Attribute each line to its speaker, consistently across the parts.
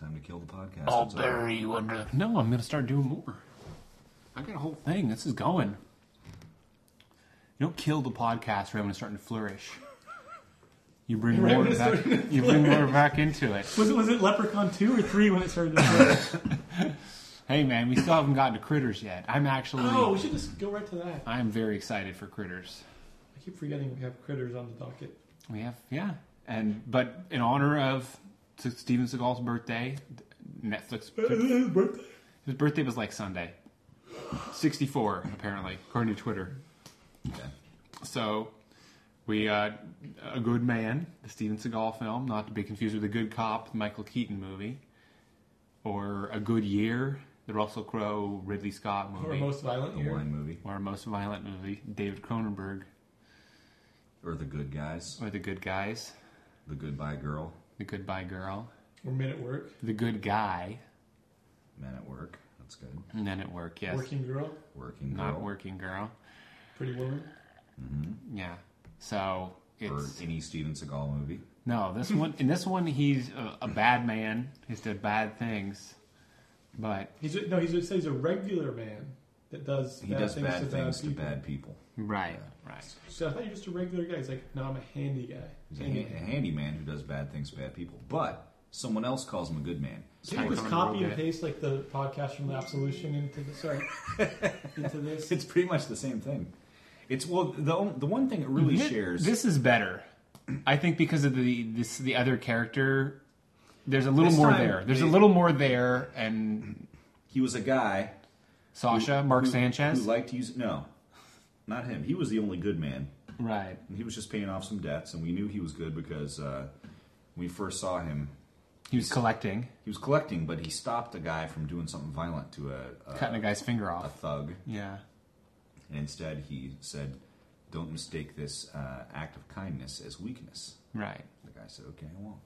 Speaker 1: to kill the podcast.
Speaker 2: I'll
Speaker 1: It's all right.
Speaker 2: bury you under.
Speaker 3: No, I'm going to start doing more. I got a whole thing. This is going. You don't kill the podcast around and starting to flourish. You bring more
Speaker 4: it's
Speaker 3: back.
Speaker 4: starting
Speaker 3: You bring more back into it.
Speaker 4: Was it was it Leprechaun two or three when it started? To
Speaker 3: Hey man, we still haven't gotten to critters yet. I'm actually.
Speaker 4: oh, we should just go right to that.
Speaker 3: I am very excited for critters.
Speaker 4: I keep forgetting we have critters on the docket.
Speaker 3: We have yeah, and but in honor of S- Steven Seagal's birthday, Netflix. His birthday was like Sunday. 64 apparently, according to Twitter. So, we uh, a good man, the Steven Seagal film, not to be confused with a good cop, the Michael Keaton movie, or a good year, the Russell Crowe, Ridley Scott
Speaker 4: Or
Speaker 3: movie,
Speaker 4: most violent
Speaker 1: The
Speaker 4: year.
Speaker 1: wine movie
Speaker 3: or a most violent movie, David Cronenberg,
Speaker 1: or the good guys,
Speaker 3: or the good guys,
Speaker 1: the goodbye girl,
Speaker 3: the goodbye girl,
Speaker 4: Or men at work.
Speaker 3: the good guy,
Speaker 1: men at work. That's good.
Speaker 3: and then at work, yes,
Speaker 4: Working girl.
Speaker 1: Working girl Mm-hmm.
Speaker 3: not working girl,
Speaker 4: Pretty woman.
Speaker 3: yeah. So
Speaker 1: or
Speaker 3: it's
Speaker 1: any Steven Seagal movie.
Speaker 3: No, this one. In this one, he's a, a bad man. He's done bad things, but
Speaker 4: He's a, no. He's a, he's a regular man that does
Speaker 1: He
Speaker 4: bad
Speaker 1: does
Speaker 4: things
Speaker 1: bad
Speaker 4: to
Speaker 1: things
Speaker 4: bad people.
Speaker 1: to bad people.
Speaker 3: right, right.
Speaker 4: So I thought you're just a regular guy. He's like, no, I'm a handy guy.
Speaker 1: He's a, ha- a handyman who does bad things to bad people, but someone else calls him a good man.
Speaker 4: Can you just
Speaker 3: Type on
Speaker 4: copy
Speaker 3: the
Speaker 4: and
Speaker 3: roll
Speaker 4: paste like the podcast from the Absolution into the sorry into this?
Speaker 1: It's pretty much the same thing. It's well, the on- the one thing it really
Speaker 3: Thi-
Speaker 1: shares.
Speaker 3: This is better, I think, because of the this the other character. There's a little
Speaker 1: This
Speaker 3: more
Speaker 1: time,
Speaker 3: there. There's a
Speaker 1: they-
Speaker 3: little more there, and
Speaker 1: he was a guy
Speaker 3: Sasha, Mark
Speaker 1: who-
Speaker 3: Sanchez,
Speaker 1: who liked to use no, not him. He was the only good man.
Speaker 3: right?
Speaker 1: And he was just paying off some debts, and we knew he was good because uh, when we first saw him,
Speaker 3: He was collecting,
Speaker 1: he was collecting, but he stopped a guy from doing something violent to a, a,
Speaker 3: cutting a guy's finger
Speaker 1: a
Speaker 3: off.
Speaker 1: thug,
Speaker 3: Yeah,
Speaker 1: and instead he said, "Don't mistake this uh, act of kindness as weakness."
Speaker 3: right.
Speaker 1: The guy said, "Okay, I won't."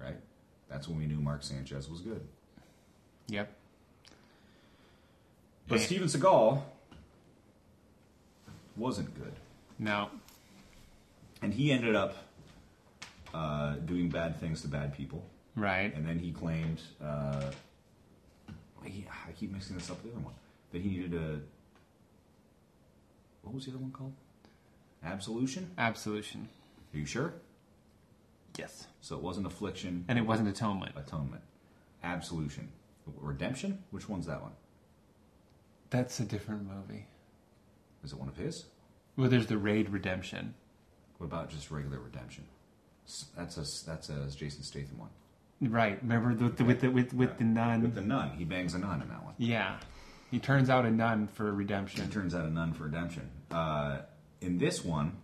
Speaker 1: Right? That's when we knew Mark Sanchez was good.
Speaker 3: Yep.
Speaker 1: But
Speaker 3: Eh.
Speaker 1: Steven Seagal wasn't good,
Speaker 3: No,
Speaker 1: and he ended up uh, doing bad things to bad people.
Speaker 3: right.
Speaker 1: And then he claimed, uh, he, I keep mixing this up with the other one, that he needed a, what was the other one called? Absolution?
Speaker 3: Absolution.
Speaker 1: Are you sure?
Speaker 3: Yes.
Speaker 1: So it wasn't affliction,
Speaker 3: And it wasn't atonement.
Speaker 1: atonement. Absolution. Redemption? Which one's that one?
Speaker 3: That's a different movie.
Speaker 1: Is it one of his?
Speaker 3: Well, there's the Raid Redemption.
Speaker 1: What about just regular redemption? S- That's a, that's a Jason Statham one.
Speaker 3: Right. Remember the, the, with the with with the nun.
Speaker 1: With the nun, he bangs a nun in that one.
Speaker 3: yeah, he turns out a nun for
Speaker 1: It
Speaker 3: redemption.
Speaker 1: turns out a nun for redemption. Uh, in this one,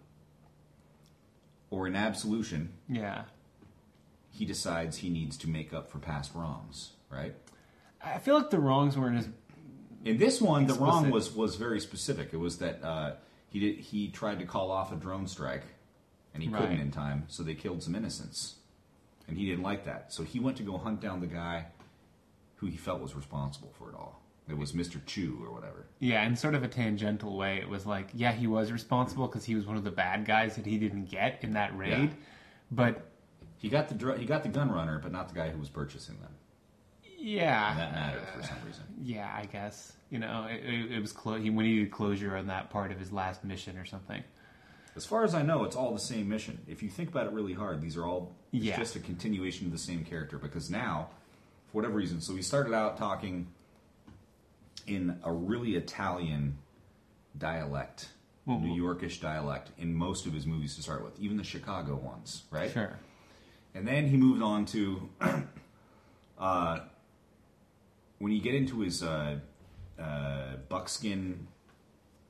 Speaker 1: or in absolution,
Speaker 3: Yeah,
Speaker 1: he decides he needs to make up for past wrongs, right?
Speaker 3: I feel like the wrongs weren't as
Speaker 1: In this one, the wrong
Speaker 3: Explicit.
Speaker 1: was was very specific. It was that uh, he did, he tried to call off a drone strike, and he couldn't
Speaker 3: Right.
Speaker 1: in time, so they killed some innocents, and he didn't like that. So he went to go hunt down the guy who he felt was responsible for it all. It was Mr. Chu or whatever.
Speaker 3: yeah, in sort of a tangential way. It was like yeah, he was responsible because he was one of the bad guys that he didn't get in that raid,
Speaker 1: Yeah.
Speaker 3: but
Speaker 1: He got the dr- he got the gun runner, but not the guy who was purchasing them.
Speaker 3: yeah,
Speaker 1: And that mattered for some reason.
Speaker 3: yeah, I guess you know it, it, it was clo- he we needed closure on that part of his last mission or something.
Speaker 1: As far as I know, it's all the same mission. If you think about it really hard, these are all it's
Speaker 3: Yeah.
Speaker 1: just a continuation of the same character because now, for whatever reason, so we started out talking in a really Italian dialect, New Yorkish dialect, in most of his movies to start with, even the Chicago ones, right?
Speaker 3: Sure,
Speaker 1: And then he moved on to uh, when you get into his uh, uh, buckskin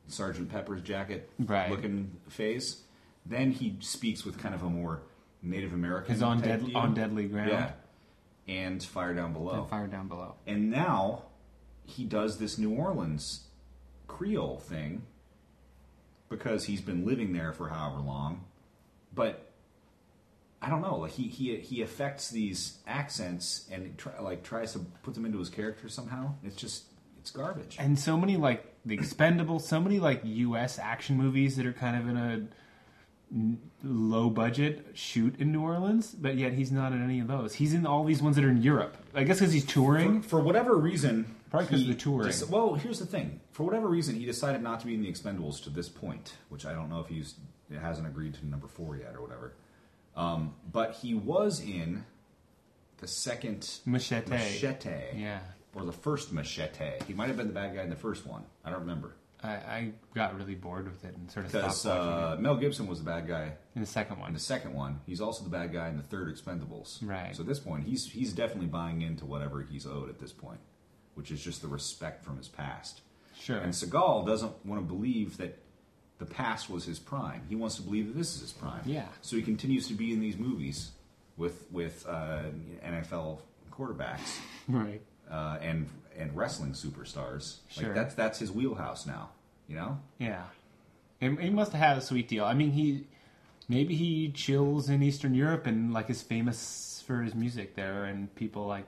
Speaker 1: Sergeant Pepper's jacket
Speaker 3: Right.
Speaker 1: looking phase. Then he speaks with kind of a more Native American.
Speaker 3: His on
Speaker 1: type
Speaker 3: dead-
Speaker 1: deal.
Speaker 3: on deadly ground.
Speaker 1: Yeah, and fire down below.
Speaker 3: and fire down below.
Speaker 1: and now he does this New Orleans Creole thing because he's been living there for however long. But I don't know. Like he he he affects these accents and it try, like tries to put them into his character somehow. It's just it's garbage.
Speaker 3: and so many like the expendable so many like us action movies that are kind of in a low budget shoot in New Orleans, but yet he's not in any of those. He's in all these ones that are in Europe. I guess because he's touring.
Speaker 1: For whatever reason,
Speaker 3: Probably 'cause
Speaker 1: he
Speaker 3: of the touring.
Speaker 1: deci- well, here's the thing. For whatever reason, he decided not to be in the Expendables to this point, which I don't know if he's hasn't agreed to number four yet or whatever. Um, but he was in the second
Speaker 3: Machete.
Speaker 1: machete,
Speaker 3: Yeah.
Speaker 1: or the first machete. He might have been the bad guy in the first one. I don't remember
Speaker 3: I, I got really bored with it and sort of
Speaker 1: because
Speaker 3: stopped watching
Speaker 1: uh, Mel Gibson was the bad guy
Speaker 3: it. In the second
Speaker 1: in
Speaker 3: one.
Speaker 1: the second one. He's also the bad guy in the third Expendables.
Speaker 3: Right.
Speaker 1: So at this point, he's he's definitely buying into whatever he's owed at this point, which is just the respect from his past.
Speaker 3: Sure.
Speaker 1: And Seagal doesn't want to believe that the past was his prime. He wants to believe that this is his prime.
Speaker 3: Yeah.
Speaker 1: So he continues to be in these movies with with uh, NFL quarterbacks
Speaker 3: Right.
Speaker 1: uh, and and wrestling superstars.
Speaker 3: Sure.
Speaker 1: Like that's that's his wheelhouse now. You know.
Speaker 3: Yeah. He he must have had a sweet deal. I mean, he maybe he chills in Eastern Europe and like is famous for his music there, and people like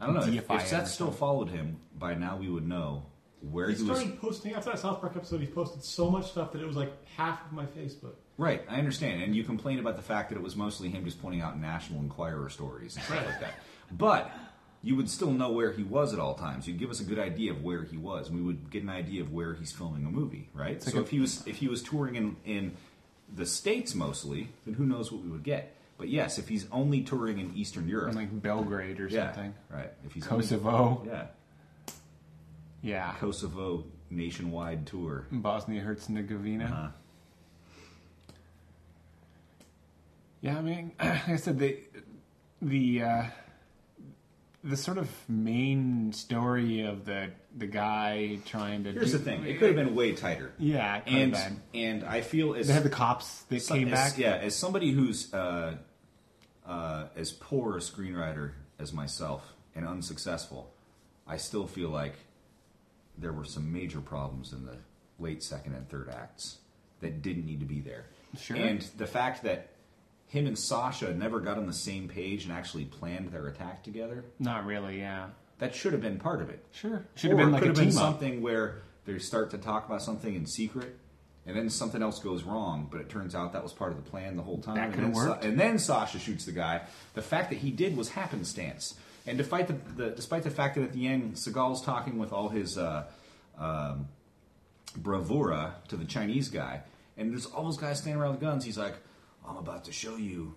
Speaker 1: I don't know if,
Speaker 3: Deify
Speaker 1: if
Speaker 3: him or
Speaker 1: Seth still followed him by now. We would know where
Speaker 4: He
Speaker 1: he, was.
Speaker 4: started posting after that South Park episode. He posted so much stuff that it was like half of my Facebook.
Speaker 1: Right, I understand. And you complain about the fact that it was mostly him just pointing out National Enquirer stories and stuff like that. But you would still know where he was at all times. You'd give us a good idea of where he was, and we would get an idea of where he's filming a movie, right? so
Speaker 3: like a-
Speaker 1: if he was if he was touring in, in the States mostly, then who knows what we would get. But yes, if he's only touring in Eastern Europe
Speaker 3: in like Belgrade or
Speaker 1: yeah,
Speaker 3: something,
Speaker 1: Right. If he's only-
Speaker 3: Kosovo,
Speaker 1: yeah.
Speaker 3: yeah,
Speaker 1: Kosovo nationwide tour.
Speaker 3: Bosnia Herzegovina.
Speaker 1: Uh,
Speaker 3: Yeah, I mean, like I said, the the uh, the sort of main story of the the guy trying to.
Speaker 1: here's
Speaker 3: do-
Speaker 1: the thing, it could have been way tighter.
Speaker 3: Yeah, it could've
Speaker 1: And
Speaker 3: been.
Speaker 1: and I feel as
Speaker 3: they had the cops that
Speaker 1: So-
Speaker 3: came
Speaker 1: as-
Speaker 3: back.
Speaker 1: Yeah, as somebody who's uh, uh, as poor a screenwriter as myself and unsuccessful, I still feel like there were some major problems in the late second and third acts that didn't need to be there.
Speaker 3: Sure.
Speaker 1: And the fact that him and Sasha never got on the same page and actually planned their attack together,
Speaker 3: Not really. Yeah,
Speaker 1: that should have been part of it.
Speaker 3: sure. Should
Speaker 1: Or
Speaker 3: have
Speaker 1: it
Speaker 3: been like
Speaker 1: could
Speaker 3: a
Speaker 1: have
Speaker 3: team
Speaker 1: been
Speaker 3: up.
Speaker 1: something where they start to talk about something in secret, and then something else goes wrong. But it turns out that was part of the plan the whole time.
Speaker 3: That
Speaker 1: and
Speaker 3: could've
Speaker 1: then Sa-
Speaker 3: worked.
Speaker 1: and then Sasha shoots the guy. The fact that he did was happenstance, and despite the, the despite the fact that at the end Seagal's talking with all his uh, um, bravura to the Chinese guy, and there's all those guys standing around with guns. He's like, "I'm about to show you."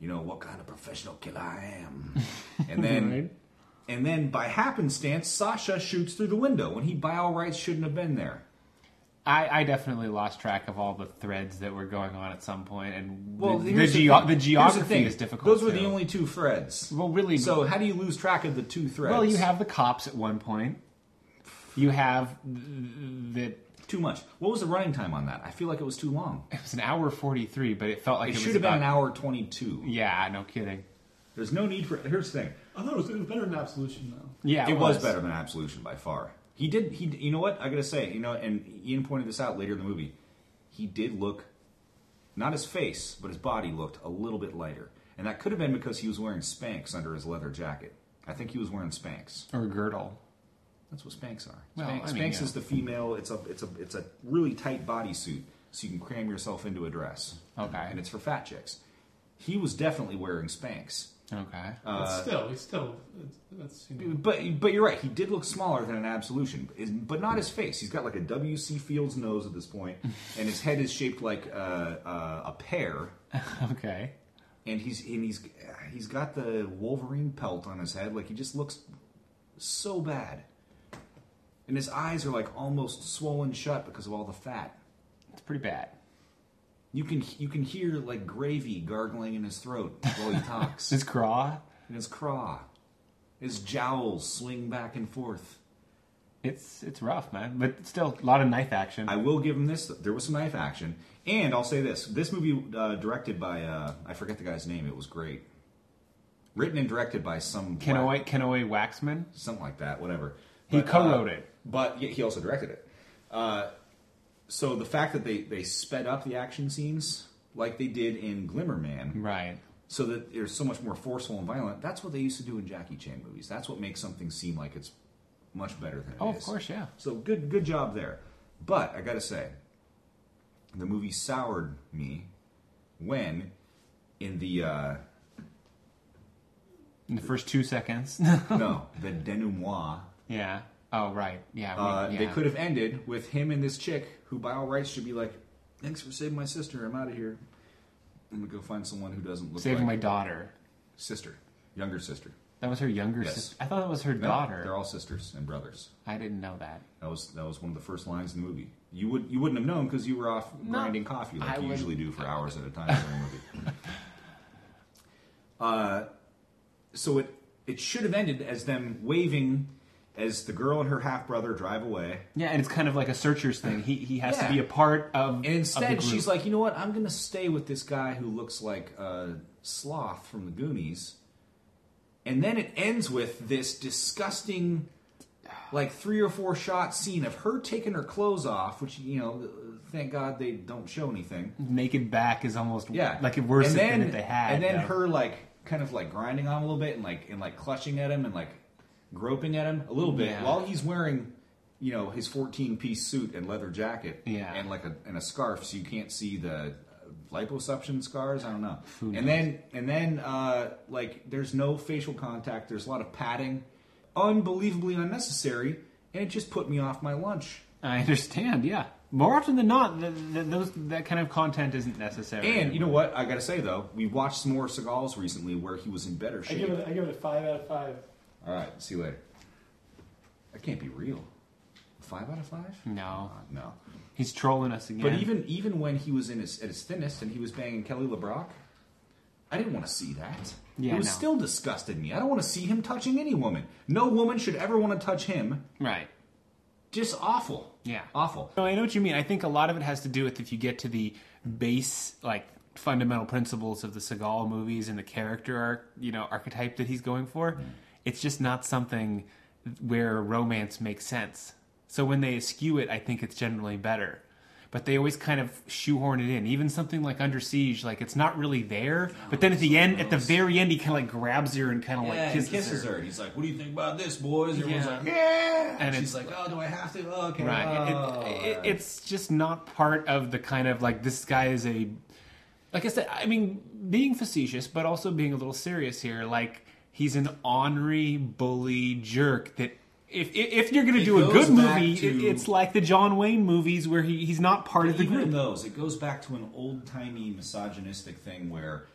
Speaker 1: You know what kind of professional killer I am, and then
Speaker 3: Right.
Speaker 1: and then by happenstance, Sasha shoots through the window, and he by all rights shouldn't have been there.
Speaker 3: I, I definitely lost track of all the threads that were going on at some point, and
Speaker 1: Well,
Speaker 3: the, the,
Speaker 1: here's
Speaker 3: geo-
Speaker 1: thing.
Speaker 3: the
Speaker 1: Here's
Speaker 3: geography
Speaker 1: thing.
Speaker 3: is difficult.
Speaker 1: Those were
Speaker 3: too.
Speaker 1: the only two threads.
Speaker 3: Well, really,
Speaker 1: So how do you lose track of the two threads?
Speaker 3: well, you have the cops at one point. You have the.
Speaker 1: too much. What was the running time on that? I feel like it was too long.
Speaker 3: It was an hour forty-three, but it felt like
Speaker 1: It
Speaker 3: it,
Speaker 1: should
Speaker 3: was
Speaker 1: have been
Speaker 3: about-
Speaker 1: an hour twenty-two.
Speaker 3: Yeah, no kidding.
Speaker 1: There's no need for. Here's the thing.
Speaker 4: I thought it was, it was better than Absolution though.
Speaker 3: Yeah,
Speaker 1: it, was. better than Absolution by far. He did. He. You know what? I gotta say. You know, and Ian pointed this out later in the movie. He did look, not his face, but his body looked a little bit lighter, and that could have been because he was wearing Spanx under his leather jacket. I think he was wearing Spanx.
Speaker 3: Or girdle.
Speaker 1: That's what Spanx are.
Speaker 3: Well,
Speaker 1: Spanx,
Speaker 3: I mean,
Speaker 1: Spanx
Speaker 3: yeah.
Speaker 1: is the female. It's a. It's a. It's a really tight bodysuit, so you can cram yourself into a dress.
Speaker 3: Okay.
Speaker 1: And it's for fat chicks. He was definitely wearing Spanx.
Speaker 3: Okay.
Speaker 4: But still, it's still it's, that's you know,
Speaker 1: But but you're right. He did look smaller than an absolution, is- but not his face. He's got like a W. C. Fields nose at this point, and his head is shaped like uh, uh, a pear.
Speaker 3: okay.
Speaker 1: And he's and he's he's got the Wolverine pelt on his head. Like he just looks so bad. And his eyes are like almost swollen shut because of all the fat.
Speaker 3: It's pretty bad.
Speaker 1: You can you can hear like gravy gargling in his throat while he talks.
Speaker 3: This craw,
Speaker 1: and his craw, his jowls swing back and forth.
Speaker 3: it's it's rough, man. But still, a lot of knife action.
Speaker 1: I will give him this. There was some knife action, and I'll say this: this movie uh, directed by uh, I forget the guy's name. It was great. Written and directed by some black-
Speaker 3: Kenoe Kenoe Waxman.
Speaker 1: something like that, whatever.
Speaker 3: He
Speaker 1: But,
Speaker 3: co-wrote
Speaker 1: uh,
Speaker 3: it.
Speaker 1: but yet he also directed it. Uh, so the fact that they they sped up the action scenes like they did in Glimmer Man,
Speaker 3: Right.
Speaker 1: so that they're so much more forceful and violent. That's what they used to do in Jackie Chan movies. That's what makes something seem like it's much better than it is.
Speaker 3: Oh, of course, yeah.
Speaker 1: So good, good job there. But I gotta say, the movie soured me when in the uh,
Speaker 3: in the first two seconds.
Speaker 1: no the denouement
Speaker 3: yeah. Oh right. Yeah. we-
Speaker 1: uh, they
Speaker 3: yeah.
Speaker 1: could have ended with him and this chick who by all rights should be like thanks for saving my sister i'm out of here i'm gonna go find someone who doesn't look
Speaker 3: saving my
Speaker 1: like
Speaker 3: daughter.
Speaker 1: sister younger sister
Speaker 3: That was her younger
Speaker 1: Yes.
Speaker 3: sister. I thought that was her
Speaker 1: No,
Speaker 3: daughter.
Speaker 1: they're all sisters and brothers
Speaker 3: I didn't know that.
Speaker 1: That was that was one of the first lines in the movie. You would you wouldn't have known because you were off
Speaker 3: No,
Speaker 1: grinding coffee like
Speaker 3: I
Speaker 1: you
Speaker 3: wouldn't.
Speaker 1: usually do for hours at a time during a movie. Uh, so it it should have ended as them waving as the girl and her half brother drive away.
Speaker 3: Yeah, and it's kind of like a searchers thing. He he has
Speaker 1: Yeah.
Speaker 3: to be a part um, of.
Speaker 1: And instead, she's like, you know what? I'm gonna stay with this guy who looks like uh, Sloth from the Goonies. And then it ends with this disgusting, like three or four shot scene of her taking her clothes off, which you know, thank God they don't show anything.
Speaker 3: naked back is almost
Speaker 1: Yeah,
Speaker 3: like worse
Speaker 1: And
Speaker 3: than
Speaker 1: then-
Speaker 3: if they had.
Speaker 1: And then
Speaker 3: though.
Speaker 1: her like kind of like grinding on him a little bit and like and like clutching at him and like groping at him a little bit
Speaker 3: Yeah.
Speaker 1: while he's wearing. You know his fourteen-piece suit and leather jacket,
Speaker 3: Yeah.
Speaker 1: and like a and a scarf, so you can't see the uh, liposuction scars. I don't know.
Speaker 3: Who knows?
Speaker 1: And then and then uh, like there's no facial contact. There's a lot of padding, unbelievably unnecessary, and it just put me off my lunch.
Speaker 3: I understand. Yeah, more often than not, th th those that kind of content isn't necessary.
Speaker 1: And you know what? I gotta say though, we watched some more Seagals recently where he was in better
Speaker 4: I
Speaker 1: shape.
Speaker 4: give it. I give it a five out of five.
Speaker 1: All right, see you later. That can't be real. Five out of five?
Speaker 3: No,
Speaker 1: Uh, no.
Speaker 3: he's trolling us again.
Speaker 1: But even even when he was in his, at his thinnest and he was banging Kelly LeBrock, I didn't want to see that.
Speaker 3: Yeah,
Speaker 1: it was
Speaker 3: no.
Speaker 1: still disgusted me. I don't want to see him touching any woman. No woman should ever want to touch him.
Speaker 3: right.
Speaker 1: Just awful.
Speaker 3: Yeah.
Speaker 1: Awful.
Speaker 3: No, I know what you mean. I think a lot of it has to do with if you get to the base, like fundamental principles of the Seagal movies and the character, arc, you know, archetype that he's going for. It's just not something where romance makes sense. So when they eschew it, I think it's generally better. But they always kind of shoehorn it in. Even something like Under Siege, like it's not really there. But then at the end, at the very end, he kind of like grabs her and kind of like kisses, her.
Speaker 1: And he's like, "What do you think about this, boys?"
Speaker 3: Everyone's like,
Speaker 1: "Yeah."
Speaker 3: And She's
Speaker 1: like, "Oh, do I have to? okay." Oh.
Speaker 3: Right. It- it- it's just not part of the kind of like this guy is a. Like I said, I mean, being facetious, but also being a little serious here. Like he's an ornery bully jerk that. If, if if you're gonna
Speaker 1: It
Speaker 3: do a
Speaker 1: goes
Speaker 3: good
Speaker 1: back
Speaker 3: movie,
Speaker 1: to-
Speaker 3: it, it's like the John Wayne movies where he, he's not part of the
Speaker 1: even in
Speaker 3: group.
Speaker 1: those, it goes back to an old timey misogynistic thing where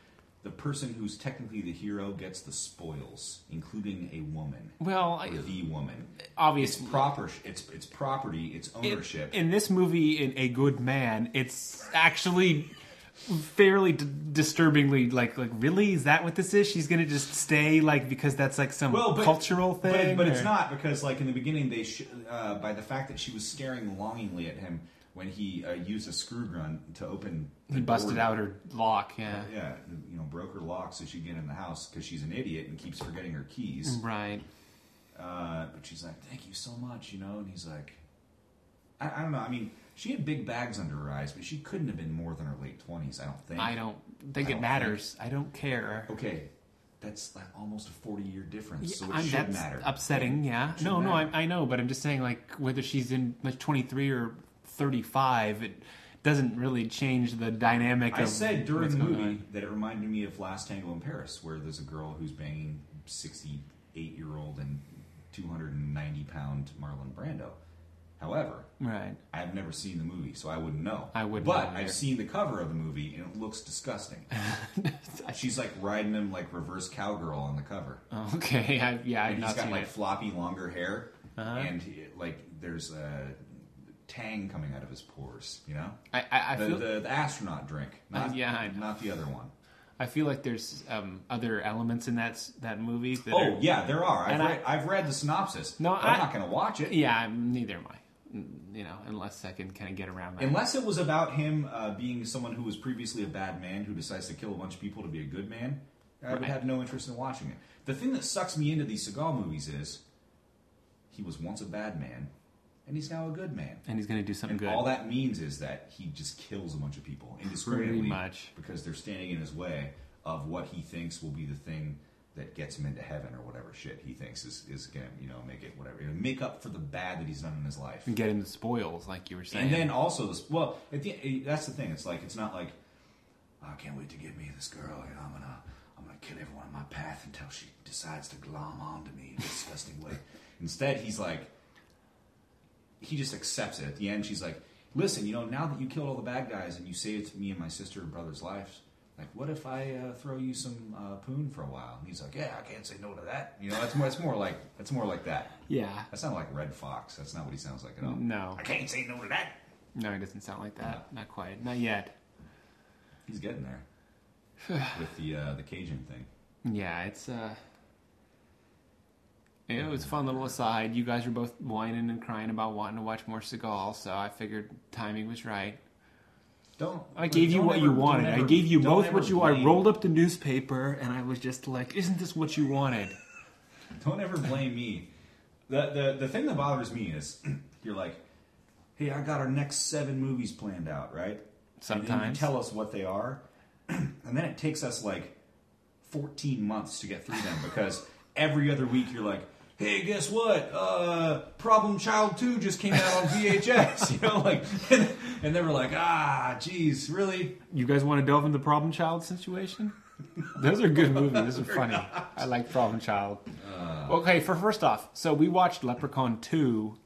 Speaker 1: the person who's technically the hero gets the spoils, including a woman
Speaker 3: Well, I-
Speaker 1: or the woman. It's
Speaker 3: obviously,
Speaker 1: proper. It's it's property. It's ownership.
Speaker 3: in this movie, in A Good Man, it's actually fairly d- disturbingly like like really is that what this is? She's gonna just stay like because that's like some cultural
Speaker 1: but-
Speaker 3: thing,
Speaker 1: but, it's
Speaker 3: or-
Speaker 1: not because like in the beginning they sh- uh, by the fact that she was staring longingly at him when he uh, used a screw gun to open. the
Speaker 3: He busted
Speaker 1: door.
Speaker 3: out her lock, yeah.
Speaker 1: Yeah, you know, broke her lock so she'd get in the house because she's an idiot and keeps forgetting her keys.
Speaker 3: Right.
Speaker 1: Uh, but she's like, "Thank you so much," you know. And he's like, I, "I don't know. I mean, she had big bags under her eyes, but she couldn't have been more than her late twenties. I don't think.
Speaker 3: I don't think
Speaker 1: I
Speaker 3: it
Speaker 1: don't
Speaker 3: matters. I don't care.
Speaker 1: Okay, that's like almost a forty-year difference, so it
Speaker 3: I'm-
Speaker 1: should
Speaker 3: that's
Speaker 1: matter.
Speaker 3: upsetting, yeah.
Speaker 1: should
Speaker 3: No, no,
Speaker 1: matter.
Speaker 3: I, I know, but I'm just saying, like, whether she's in like 23 or 35, it doesn't really change the dynamic
Speaker 1: I
Speaker 3: of
Speaker 1: said during
Speaker 3: um, what's
Speaker 1: the
Speaker 3: going
Speaker 1: movie
Speaker 3: on.
Speaker 1: that it reminded me of Last Tango in Paris, where there's a girl who's banging sixty-eight-year-old and two hundred and ninety-pound Marlon Brando. However,
Speaker 3: Right.
Speaker 1: I've never seen the movie, so I wouldn't know.
Speaker 3: I wouldn't
Speaker 1: But
Speaker 3: know either.
Speaker 1: I've seen the cover of the movie, and it looks disgusting. She's like riding him like reverse cowgirl on the cover,
Speaker 3: Oh, Okay, I, yeah, I've
Speaker 1: and he's
Speaker 3: not
Speaker 1: got
Speaker 3: seen
Speaker 1: like
Speaker 3: it.
Speaker 1: floppy longer hair,
Speaker 3: Uh-huh.
Speaker 1: and he- like there's a tang coming out of his pores. You know,
Speaker 3: I, I, I
Speaker 1: the,
Speaker 3: feel
Speaker 1: the, the astronaut drink,
Speaker 3: Uh,
Speaker 1: not,
Speaker 3: yeah, I know.
Speaker 1: not the other one.
Speaker 3: I feel like there's um, other elements in that s- that movie. That
Speaker 1: Oh
Speaker 3: are,
Speaker 1: yeah, there are. I've,
Speaker 3: And I-
Speaker 1: read, I've read the synopsis.
Speaker 3: No,
Speaker 1: but
Speaker 3: I-
Speaker 1: I'm not going to watch it.
Speaker 3: yeah. I'm, neither am I. Mm, You know, unless I can kind of get around that.
Speaker 1: Unless it was about him uh, being someone who was previously a bad man who decides to kill a bunch of people to be a good man, I would
Speaker 3: Right.
Speaker 1: have no interest in watching it. The thing that sucks me into these Seagal movies is he was once a bad man, and he's now a good man.
Speaker 3: and he's going to do something
Speaker 1: And
Speaker 3: good.
Speaker 1: all that means is that he just kills a bunch of people
Speaker 3: Pretty
Speaker 1: indiscriminately
Speaker 3: much.
Speaker 1: because they're standing in his way of what he thinks will be the thing that gets him into heaven or whatever shit he thinks is, is gonna you know make it whatever make up for the bad that he's done in his life.
Speaker 3: and get him the spoils, like you were saying.
Speaker 1: eh, And then also, this, well, at the, that's the thing. It's like it's not like, oh, I can't wait to get me this girl. You know, I'm gonna, I'm gonna kill everyone in my path until she decides to glom onto me in a disgusting way. Instead, he's like, he just accepts it. At the end, she's like, listen, you know, now that you killed all the bad guys and you saved me and my sister and brother's lives, like, what if I uh, throw you some uh, poon for a while? And he's like, yeah, I can't say no to that. You know, that's more, that's more like, that's more like that.
Speaker 3: Yeah.
Speaker 1: That sounded like Red Fox. That's not what he sounds like at all.
Speaker 3: No.
Speaker 1: I can't say no to that.
Speaker 3: No, it doesn't sound like that. Not quite. Not yet.
Speaker 1: He's getting there with the uh, the Cajun thing.
Speaker 3: Yeah, it's uh it was a fun little aside. You guys were both whining and crying about wanting to watch more Seagal, so I figured timing was right.
Speaker 1: Don't.
Speaker 3: I gave you
Speaker 1: don't
Speaker 3: what
Speaker 1: ever-
Speaker 3: you
Speaker 1: don't
Speaker 3: wanted. I
Speaker 1: ever-
Speaker 3: gave you
Speaker 1: don't
Speaker 3: both
Speaker 1: ever
Speaker 3: what you. I
Speaker 1: blame-
Speaker 3: rolled up the newspaper and I was just like, "Isn't this what you wanted?"
Speaker 1: Don't ever blame me. The, the the thing that bothers me is you're like, hey, I got our next seven movies planned out, right? And then you
Speaker 3: Sometimes.
Speaker 1: tell us what they are, and then it takes us like 14 months to get through them because every other week you're like, hey, guess what? Uh, Problem Child 2 just came out on VHS, you know, like, and, and then we're like, ah, geez, really?
Speaker 3: You guys want to delve into Problem Child situation? Those are good movies. Those are funny. I like Problem Child.
Speaker 1: Uh.
Speaker 3: okay, for first off, so we watched Leprechaun Two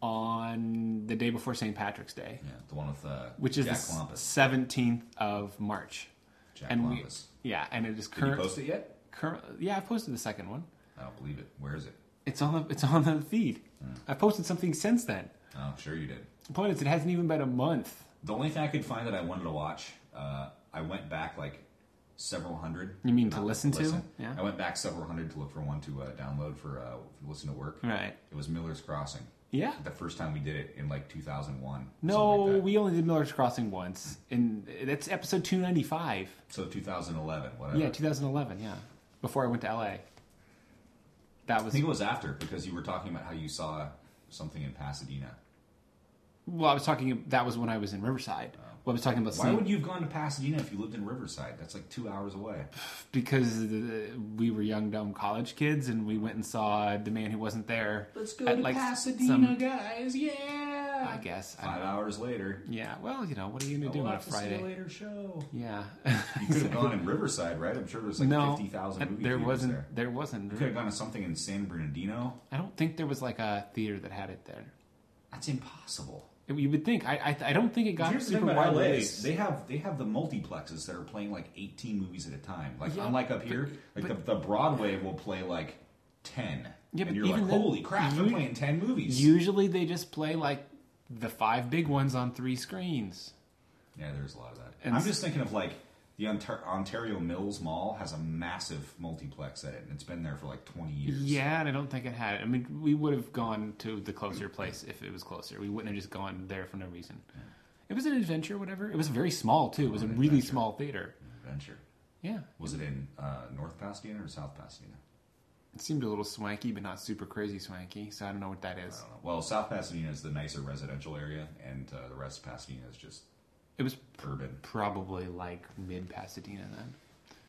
Speaker 3: on the day before St. Patrick's Day,
Speaker 1: Yeah, the one with uh,
Speaker 3: which is
Speaker 1: Jack
Speaker 3: the
Speaker 1: Lampus.
Speaker 3: seventeenth of March.
Speaker 1: Jack
Speaker 3: and we-
Speaker 1: Lampus.
Speaker 3: yeah, and it is
Speaker 1: Did you
Speaker 3: current.
Speaker 1: post it yet?
Speaker 3: current yeah, I posted the second one.
Speaker 1: I don't believe it. Where is it?
Speaker 3: It's on the it's on the feed.
Speaker 1: Hmm.
Speaker 3: I posted something since then.
Speaker 1: Oh, sure you did.
Speaker 3: The point is, it hasn't even been a month.
Speaker 1: The only thing I could find that I wanted to watch, uh, I went back like several hundred.
Speaker 3: You mean
Speaker 1: Not
Speaker 3: to listen to? Yeah.
Speaker 1: I went back several hundred to look for one to uh, download for uh, listen to work.
Speaker 3: Right.
Speaker 1: It was Miller's Crossing.
Speaker 3: Yeah.
Speaker 1: The first time we did it in like 2001.
Speaker 3: No,
Speaker 1: something like that.
Speaker 3: we only did Miller's Crossing once, and that's episode 295.
Speaker 1: So 2011, whatever.
Speaker 3: Yeah, 2011. Yeah, before I went to LA. That
Speaker 1: I
Speaker 3: was
Speaker 1: think it was after because you were talking about how you saw something in Pasadena.
Speaker 3: well. I was talking. That was when I was in Riverside. Well, I was talking about
Speaker 1: Oh. Why
Speaker 3: sleep
Speaker 1: would you have gone to Pasadena if you lived in Riverside? That's like two hours away.
Speaker 3: because the, we were young, dumb college kids, and we went and saw the man who wasn't there. at, like, some-
Speaker 1: guys!
Speaker 3: I
Speaker 1: Yeah.
Speaker 3: guess. I
Speaker 1: Five
Speaker 3: don't-
Speaker 1: hours later.
Speaker 3: yeah. Well, you know, what are you gonna
Speaker 1: Oh,
Speaker 3: do
Speaker 1: we'll
Speaker 3: on a
Speaker 1: have to see you
Speaker 3: Friday?
Speaker 1: later show.
Speaker 3: Yeah.
Speaker 1: You could have gone in Riverside, right? I'm sure there's like
Speaker 3: no,
Speaker 1: 50,000
Speaker 3: that-
Speaker 1: movie
Speaker 3: there
Speaker 1: theaters
Speaker 3: wasn't.
Speaker 1: there.
Speaker 3: There wasn't.
Speaker 1: You could have gone to something in San Bernardino.
Speaker 3: I don't think there was like a theater that had it there.
Speaker 1: That's impossible.
Speaker 3: It- You would think. I I, I don't think it got
Speaker 1: Here's the
Speaker 3: super
Speaker 1: thing
Speaker 3: wide
Speaker 1: about LA
Speaker 3: release.
Speaker 1: is they have they have the multiplexes that are playing like 18 movies at a time. Like
Speaker 3: Yeah,
Speaker 1: unlike up here, like the, the Broadway will play like 10.
Speaker 3: Yeah, but
Speaker 1: and you're
Speaker 3: even
Speaker 1: like,
Speaker 3: then,
Speaker 1: holy crap, they're
Speaker 3: you-
Speaker 1: playing 10 movies.
Speaker 3: Usually they just play like the five big ones on three screens.
Speaker 1: yeah, there's a lot of that.
Speaker 3: And
Speaker 1: I'm
Speaker 3: s-
Speaker 1: just thinking of like the Ontar- Ontario Mills Mall has a massive multiplex at it, and it's been there for like 20 years.
Speaker 3: Yeah, and I don't think it had it. I mean, we would have gone to the closer place if it was closer. We wouldn't have just gone there for no reason. It was an adventure, whatever. It was very small too. It was a
Speaker 1: An
Speaker 3: really
Speaker 1: adventure.
Speaker 3: small theater.
Speaker 1: Adventure.
Speaker 3: Yeah,
Speaker 1: Was it in uh, North Pasadena or South Pasadena?
Speaker 3: it seemed a little swanky, but not super crazy swanky. So I don't know what that is.
Speaker 1: I don't know. Well, South Pasadena is the nicer residential area, and uh, the rest of Pasadena is just
Speaker 3: It was
Speaker 1: urban.
Speaker 3: probably like mid Pasadena then.